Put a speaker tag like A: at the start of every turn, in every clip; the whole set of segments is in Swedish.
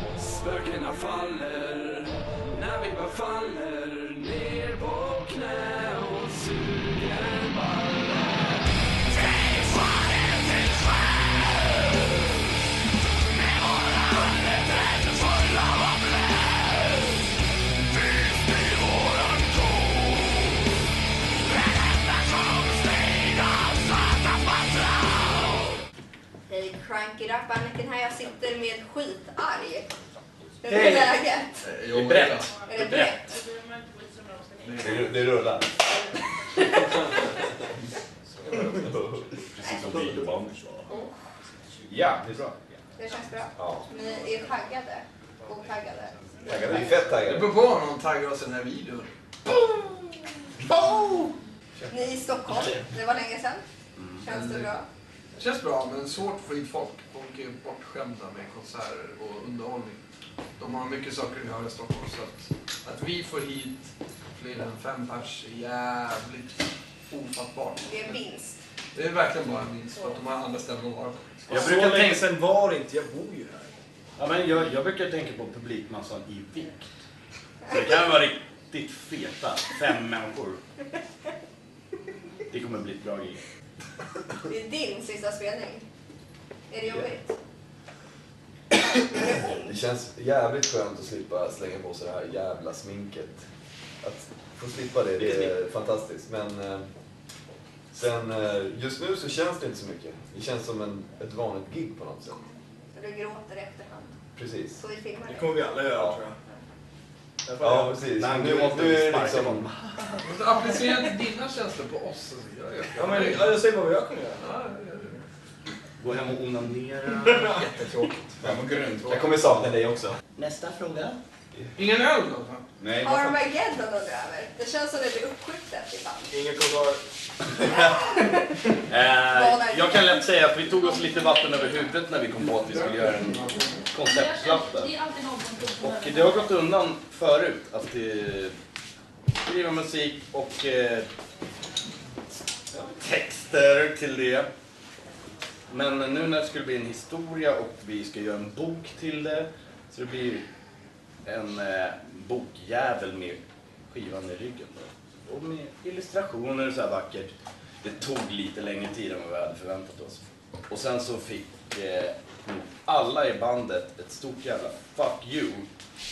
A: Glasburkarna faller när vi bara faller ner på knä och suger ballen.
B: Hej Crank It Up, Anniken här. Jag sitter med skitarg. Hur är
C: Hej.
B: läget?
C: Det är brett.
B: Är det brett?
D: Det, det rullar.
B: Precis som Oh,
D: Ja, det är bra.
B: det känns bra.
D: Ja.
B: Ni är taggade? Otaggade?
D: Taggade? Vi är fett
C: Det
D: taggade.
C: beror på om någon taggar oss i den här videon.
B: Ni är i Stockholm. Det var länge sedan. Känns det bra?
C: Det känns bra, men svårt att få hit folk. Folk är bortskämda med konserter och underhållning. De har mycket saker att göra i Stockholm, så att, att vi får hit fler än fem pers är jävligt ofattbart.
B: Det är en vinst.
C: Det är verkligen bara en vinst, för att de har andra ställen att vara på.
E: Jag brukar tänka... sen var det inte, jag bor ju här. Ja, men jag, jag brukar tänka på publikmassan i vikt. Så det kan vara riktigt feta, fem människor. Det kommer bli ett bra gig.
B: Det är din sista spelning. Är det jobbigt? Gör det ont?
D: Det känns jävligt skönt att slippa slänga på sig det här jävla sminket. Att få slippa det, det är fantastiskt. Men eh, sen, eh, just nu så känns det inte så mycket. Det känns som en, ett vanligt gig på något sätt.
B: Du gråter i efterhand.
D: Precis.
B: Så vi filmar
E: Det
B: det.
E: kommer vi alla göra
D: Ja.
E: tror jag. Därför
D: Ja,
E: jag-
D: precis.
E: Nej,
D: Nu,
E: måste
D: nu är det
E: sparka
D: liksom...
E: honom.
C: Men så Applicera inte dina känslor på oss. alltså. Jag- jag-
E: Ja, men ja, jag säger bara vad jag kommer göra.
C: Ja, jag gör det.
E: Gå hem och onanera.
C: Jättetråkigt.
D: Jag kommer sakna dig också.
E: Nästa fråga.
C: Ingen öl då? fan?
E: Nej,
B: Armageddon undrar jag över. Det känns som det blir uppskjutet ibland.
E: Inga kommentarer.
B: Eh,
E: jag kan lätt säga att vi tog oss lite vatten över huvudet när vi kom på att vi skulle göra en konceptlapp där.
F: Det är alltid någon som tror
E: Och
F: på
E: det har gått undan förut att eh, skriva musik och eh, texter till det. Men nu när det skulle bli en historia och vi ska göra en bok till det så det blir en eh, bokjävel med skivan i ryggen. Då. Och med illustrationer och så här vackert. Det tog lite längre tid än vad vi hade förväntat oss. Och sen så fick eh, alla i bandet ett stort jävla fuck you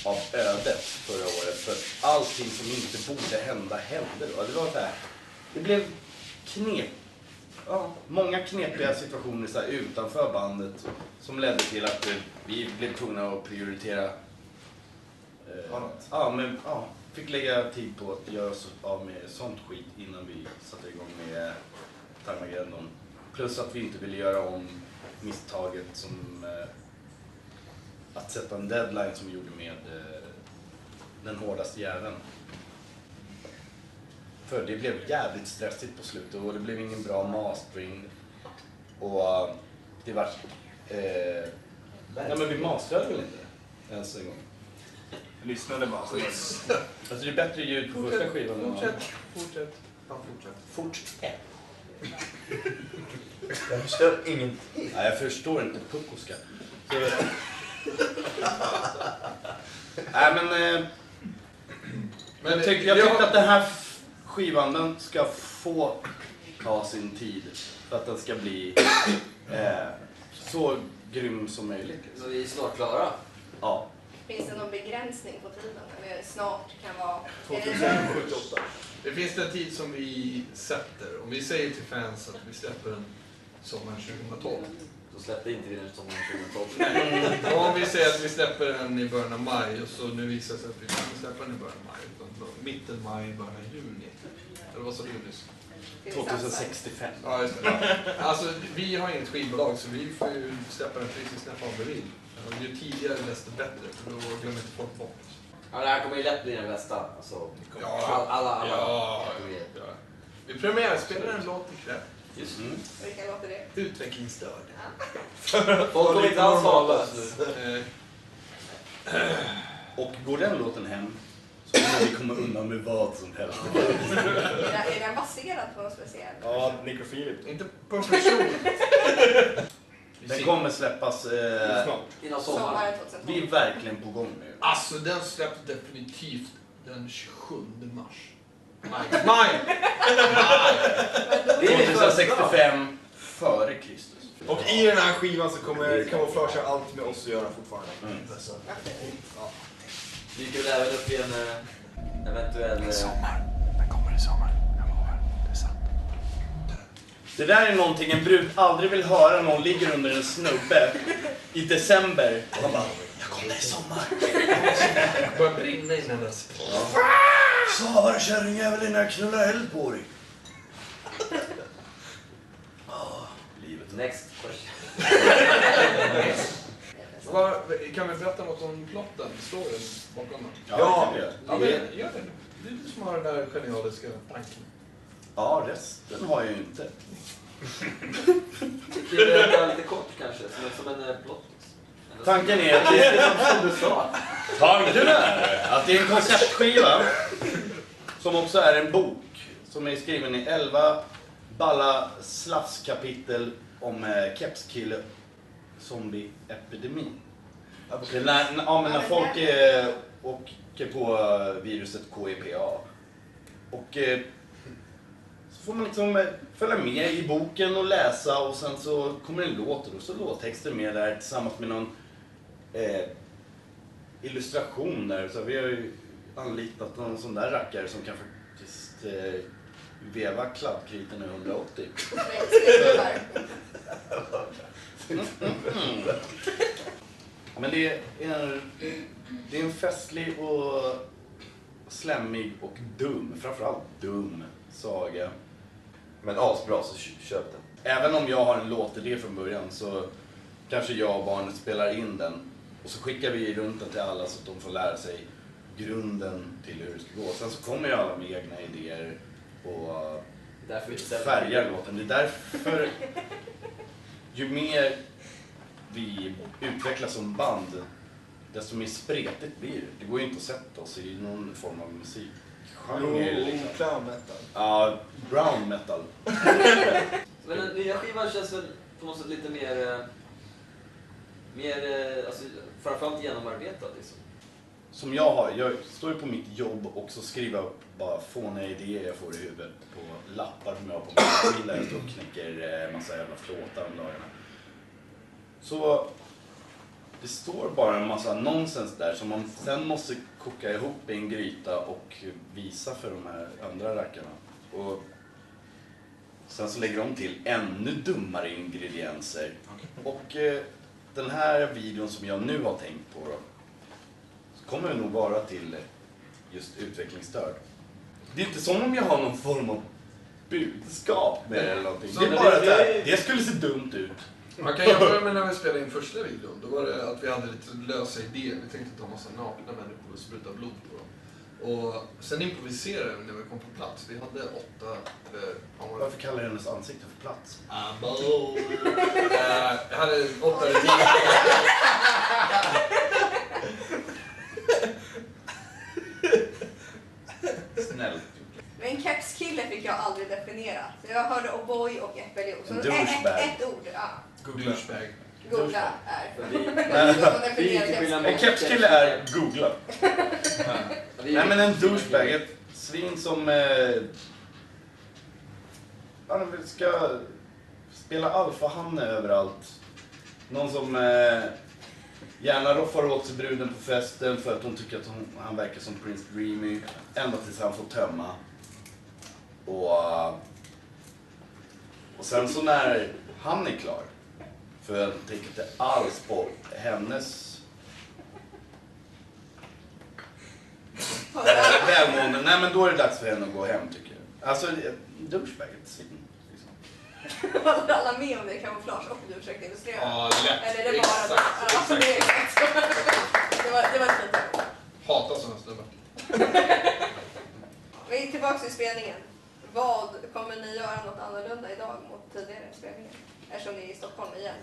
E: av ödet förra året. För allting som inte borde hända hände då. Det var så här, det blev knep. Ja, många knepiga situationer så här, utanför bandet som ledde till att eh, vi blev tvungna att prioritera eh,
D: Annat.
E: Ja, men ja, fick lägga tid på att göra oss av med sånt skit innan vi satte igång med eh, Tarmageddon. Plus att vi inte ville göra om misstaget som eh, att sätta en deadline som vi gjorde med eh, den hårdaste jäveln. För det blev jävligt stressigt på slutet och det blev ingen bra mastering. Och eh, det var... Eh, nej men vi masterade väl inte ens en gång.
G: Lyssnade bara. Så
E: Alltså det är bättre ljud på första skivan än
C: Fortsätt. Fortsätt. Ja, fortsätt.
E: Fortsätt.
D: Jag förstör ingenting.
E: Nej, jag förstår inte puckoska. Så... Nej, men... Eh, men jag tyck, jag tyckte att den här f- skivan, den ska få ta sin tid. För att den ska bli eh, så grym som möjligt.
H: Så vi är snart klara.
E: Ja.
B: Finns det någon begränsning på tiden? Eller snart kan vara... Är det-
E: 2078.
C: Det finns en tid som vi sätter. Om vi säger till fans att vi släpper den sommaren 2012.
H: Då släppte inte vi den sommaren 2012.
C: Mm. Och om vi säger att vi släpper den i början av maj och så nu visar det sig att vi inte släpper den i början av maj. Utan då mitten maj, början av juni. Eller vad sa du nyss?
B: till exempel?
E: 2065.
C: Ja, just det. Alltså, vi har inget skivbolag så vi får ju släppa den precis när fan vi vill. Och Ju tidigare desto bättre, för då glömmer inte folk bort oss.
H: Ja, det här kommer ju lätt bli den bästa. Alltså,
C: Ja.
H: all, alla, alla
C: Ja.
H: kategorier.
C: Ja. Vi premiärspelar en låt ikväll.
H: Just
E: Mm.
B: Vilka låter det?
C: Utvecklingsstörd.
H: Folk kommer inte alls hata oss nu.
C: Eh,
E: Och går den låten hem så kommer vi komma undan med vad som helst.
B: Är den- Är den baserad på något speciellt?
E: Ja,
G: Nico Philip.
C: inte på en person.
E: Den kommer släppas... Eh,
H: Innan sommaren.
B: Sommaren 2012.
E: vi är verkligen på gång nu.
C: Alltså den släpps definitivt den 27 mars. Maj. Maj!
H: Det är lite skönt.
E: 2065 före Kristus.
F: Och i den här skivan så kommer kamouflage ha allt med oss att göra fortfarande. Så.
H: Dyker väl även upp i en eh, eventuell... eh,
C: Den kommer i sommar. Jag lovar. Det är sant.
E: Det där är någonting en brud aldrig vill höra när hon ligger under en snubbe i december. Och hon bara, jag kommer i sommar.
C: Jag börjar brinna innan dess.
E: Slavar kärringjävel innan jag knullar eld på dig. Ah, livet.
H: Next question.
C: Vad- Kan vi berätta något om plotten, storyn bakom den?
E: Ja, det kan vi göra.
C: Ja, men gör det. Det är du som har den där genialiska tanken.
E: ja, resten har jag ju inte.
H: Kan du berätta lite kort kanske? Som, som en eh, plott. liksom. Eller-
E: Tanken är att det är,
H: Som du sa.
E: tanken är att det är en konceptskiva som också är en bok som är skriven i 11 balla slafskapitel om eh, kepskille zombieepidemin. Det är När, när- ja, men när folk eh, åker på eh, viruset KEPA. Och eh, så får man liksom eh, följa med i boken och läsa och sen så kommer en låt och då så låttexter med där tillsammans med någon eh, illustration där. Så vi har ju anlitat någon sån där rackare som kan faktiskt eh, veva kladdkriten i 180. Mm. Men det är en, det är en festlig och slemmig och dum, framförallt dum, saga.
D: Men asbra, så kö- köp den.
E: Även om jag har en låtidé från början så kanske jag och barnet spelar in den och så skickar vi runt den till alla så att de får lära sig grunden till hur det ska gå. Sen så kommer ju alla med egna idéer och
H: Därför vi ställer-
E: färgar låten. Det är därför ju mer vi utvecklas som band desto mer spretigt blir det. Det går ju inte att sätta oss i någon form av musikgenre.
F: Jo,
E: liksom.
F: clown metal.
E: Ja, brown metal.
H: Men den nya skivan känns väl på något sätt lite mer... eh, Mer, eh, alltså framförallt genomarbetad liksom.
E: Som jag har, jag står ju på mitt jobb och så skriver jag upp bara fåniga idéer jag får i huvudet på lappar som jag har på min bil där jag står och knäcker eh, massa jävla flåtar om dagarna. Så det står bara en massa nonsens där som man sen måste koka ihop i en gryta och visa för de här andra rackarna. Och sen så lägger de till ännu dummare ingredienser. Och eh, den här videon som jag nu har tänkt på då, så kommer det nog vara till just utvecklingsstörd. Det är inte som om jag har någon form av budskap med det eller någonting.
C: Så
E: Det är
C: det-
E: bara
H: det-
E: så här, det skulle se dumt ut.
C: Man kan jämföra med när vi spelade in första videon. Då var det att vi hade lite lösa idéer. Vi tänkte ta massa nakna människor och spruta blod på dem. Och sen improviserade vi när vi kom på plats. Vi hade åtta... Eh, vad var det?
E: Varför kallar jag hennes ansikte för plats?
C: Eh, Jag hade åtta eller nio...
E: Snällt.
B: Men kepskille fick jag aldrig definiera. Så Jag hörde O'boy och äppeljuice. Så
E: En
B: ett,
E: douchebag.
B: ett, ett ord, ja.
C: Googla.
B: Googla är.
H: Men vi-
B: Så
H: vi gick
B: definierar
H: till skillnad
B: kepskille.
E: En kepskille är googla.
H: Vi-
E: Nej men en douchebag, ett svin som... Eh, han vill- ska spela alfahanne överallt. Någon som eh, gärna roffar åt sig bruden på festen för att hon tycker att hon, han verkar som Prince Dreamy. Ända tills han får tömma. Och, eh, och sen så när han är klar, för jag tänker inte alls på hennes
B: Hörde-
E: Välmående. Nej men då är det dags för henne att gå hem tycker jag. Alltså, eh, douchebag är ett svin. Liksom.
B: Håller alla med om det? Kamouflage och du försökte illustrera?
C: Ja, lätt.
B: Eller är det bara
C: Exakt.
B: Ja, det är rätt. Det var, det var ett fint ord.
C: Hatar sådana snubbar.
B: Vi är tillbaka till spelningen. Vad kommer ni göra något annorlunda idag mot tidigare spelningar? Eftersom ni är i Stockholm igen.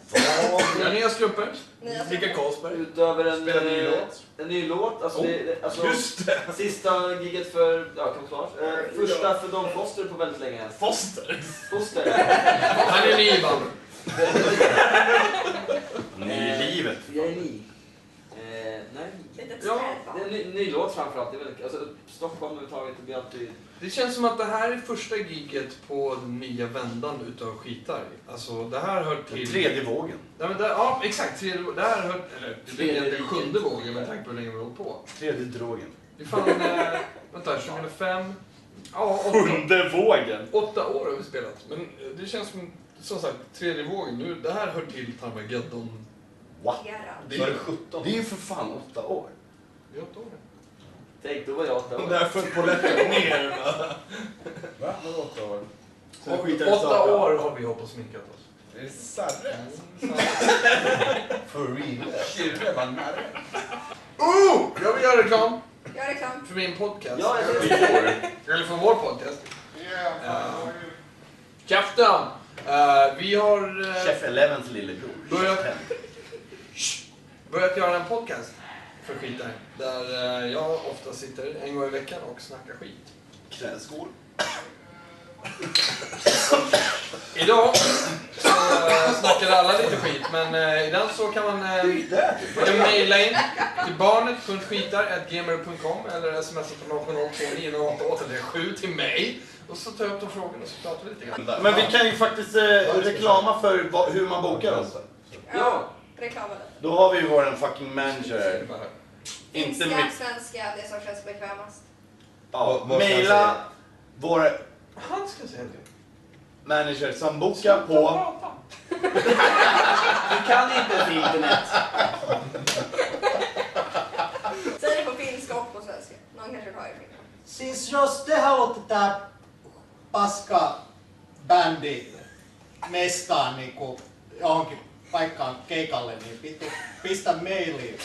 C: Gör ni era strumpor?
B: Nya
F: Dricka Carlsberg.
H: Utöver en,
F: Spela en ny
H: eh,
F: låt.
H: En ny låt. Alltså,
F: Oh,
H: det, det- alltså,
F: Just det!
H: Sista giget för, ja, kamouflage. Eh, första för Don Foster på väldigt länge.
F: Foster!
H: Foster.
C: Han är ny i bandet.
E: Ny i livet.
H: Eh, Jag är ny. Eh, nej.
B: Lite
H: Ja,
B: träd, va?
H: det är en ny, ny låt framförallt. Det är väl, alltså, Stockholm överhuvudtaget, det blir alltid...
C: Det känns som att det här är första giget på den nya vändan utav skitar. Alltså det här hör
E: Den
C: till...
E: tredje vågen.
C: Nej, men det, ja, exakt. Tredje, det här hör... Eller det blir
H: Tredje
C: egentligen
H: riket.
C: sjunde vågen med tanke på hur länge vi har hållit på.
E: Tredje drogen.
C: Det är fan... eh, vänta, 2005? Ja, åtta,
E: Sjunde vågen!
C: åtta år har vi spelat. Men eh, det känns som, som sagt, tredje vågen nu. Det här hör till Tarmageddon.
E: What?
B: Gerald.
C: Det
D: Var det
C: är
D: 17?
E: Det är ju för fan åtta år.
C: det är åtta år.
H: Tänk, då var jag åtta år.
F: Där föll polletten ner. va?
G: Va? Vadå åtta år? Sen skiter jag i
C: Åtta
G: saker.
C: år har vi hållit på och sminkat oss.
G: Är det Sarre?
D: For real?
G: Kirre? Vad nära?
C: Oh! Jag vill göra reklam
B: Gör reklam.
C: för min podcast.
H: Ja, jag ser
C: Eller för liksom vår podcast. Eh, Käften! Eh, vi har eh,
E: Chef Elevens lillebror.
C: Börja.
E: Chef Ten.
C: börjat göra en podcast för skitar. Där eh, jag ofta sitter en gång i veckan och snackar skit.
E: Knäskål.
C: Idag så eh, snackade alla lite skit, men eh, ibland så kan man eh, man kan mejla in till barnet.skitar.gmail.com eller smsa på 070-298 eller 7 till mig. Och så tar jag upp de frågorna och så pratar vi lite grann.
E: Men vi kan ju faktiskt eh, reklama för va- hur man bokar
D: alltså.
E: oss.
H: Ja.
B: Reklamen.
E: Då har vi ju vår fucking manager här. Inte
B: Finska,
E: mycket.
B: svenska, det som känns bekvämast.
E: Ja,
D: Vad- vad ska jag
E: Mejla
D: säga?
E: vår
C: Han ska säga det.
E: manager Samboka på...
H: Du kan inte ett internet.
B: Säg det på finska och på svenska. Någon kanske tar er finska.
I: Siis jos te haluatte tää paska bändi mestaan niinku johonkin paikkaan keikalle, niin pitu, pistä mailiin.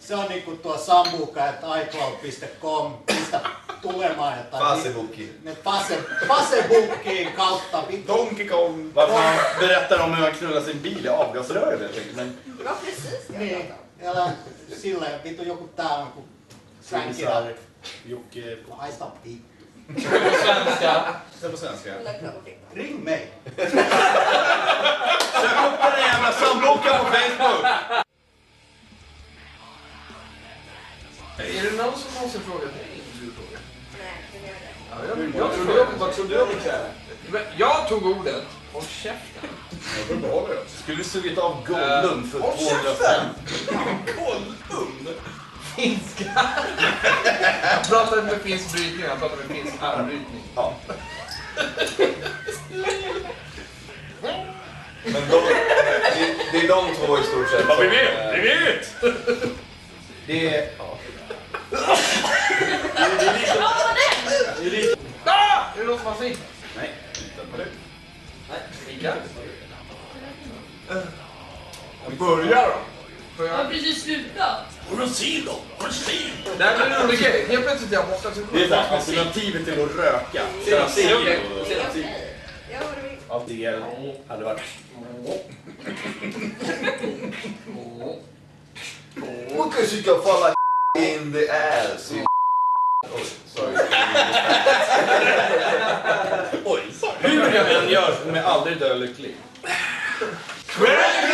I: Se on niinku tuo sambuka, että icloud.com, pistä tulemaan jotain.
D: Faseboki.
I: Ne pase, pasebookiin kautta vittu.
F: Donkey Kong.
E: Varför han berättar om hur han knullar sin bil i avgasröret helt enkelt. Men
B: Det var precis det jag
I: Niin,
B: pratade om.
I: älä silleen, vittu joku tää on ku Frankilla.
E: Sisar, Jocke...
I: Haista vittu.
C: Svenska.
G: Säg på svenska.
B: Hon har reklam och flinta.
I: Ring mig.
E: Sök upp den där jävla Samboka på Facebook!
C: Är det någon som någonsin frågat dig? intervjufråga?
B: Nej, det gör det.
C: Ja, jag,
G: Jag trodde, vad trodde du om ikväll?
C: Men jag tog ordet. Håll käften.
G: Jag tror du behåller det.
E: Skulle du sugit av
D: Eh,
E: Gollum för 200 spänn?
C: Finska. jag pratade med finsk brytning, jag pratade med finsk armbrytning.
E: Ja.
D: Men de, det, det är de två i stort sett som, eh,
G: vet!
E: Det är...
C: Ah! Är det någon som har fint?
E: Nej, inte på det.
C: Mikael?
F: Börja då.
C: Får
J: Jag har
C: jag?
J: precis slutat.
C: Det här blir en rolig grej. Helt plötsligt är jag borta. så-
E: Det är så här, alternativet till att röka.
H: Sen ser
B: Det är
H: jag.
B: okej. Jag har det
E: Av det hade varit...
D: Because you can fall like in the ass. you- Oj, sorry.
E: Oj, sorry. Hur jag än gör så kommer jag aldrig dö lycklig.
C: Kväll!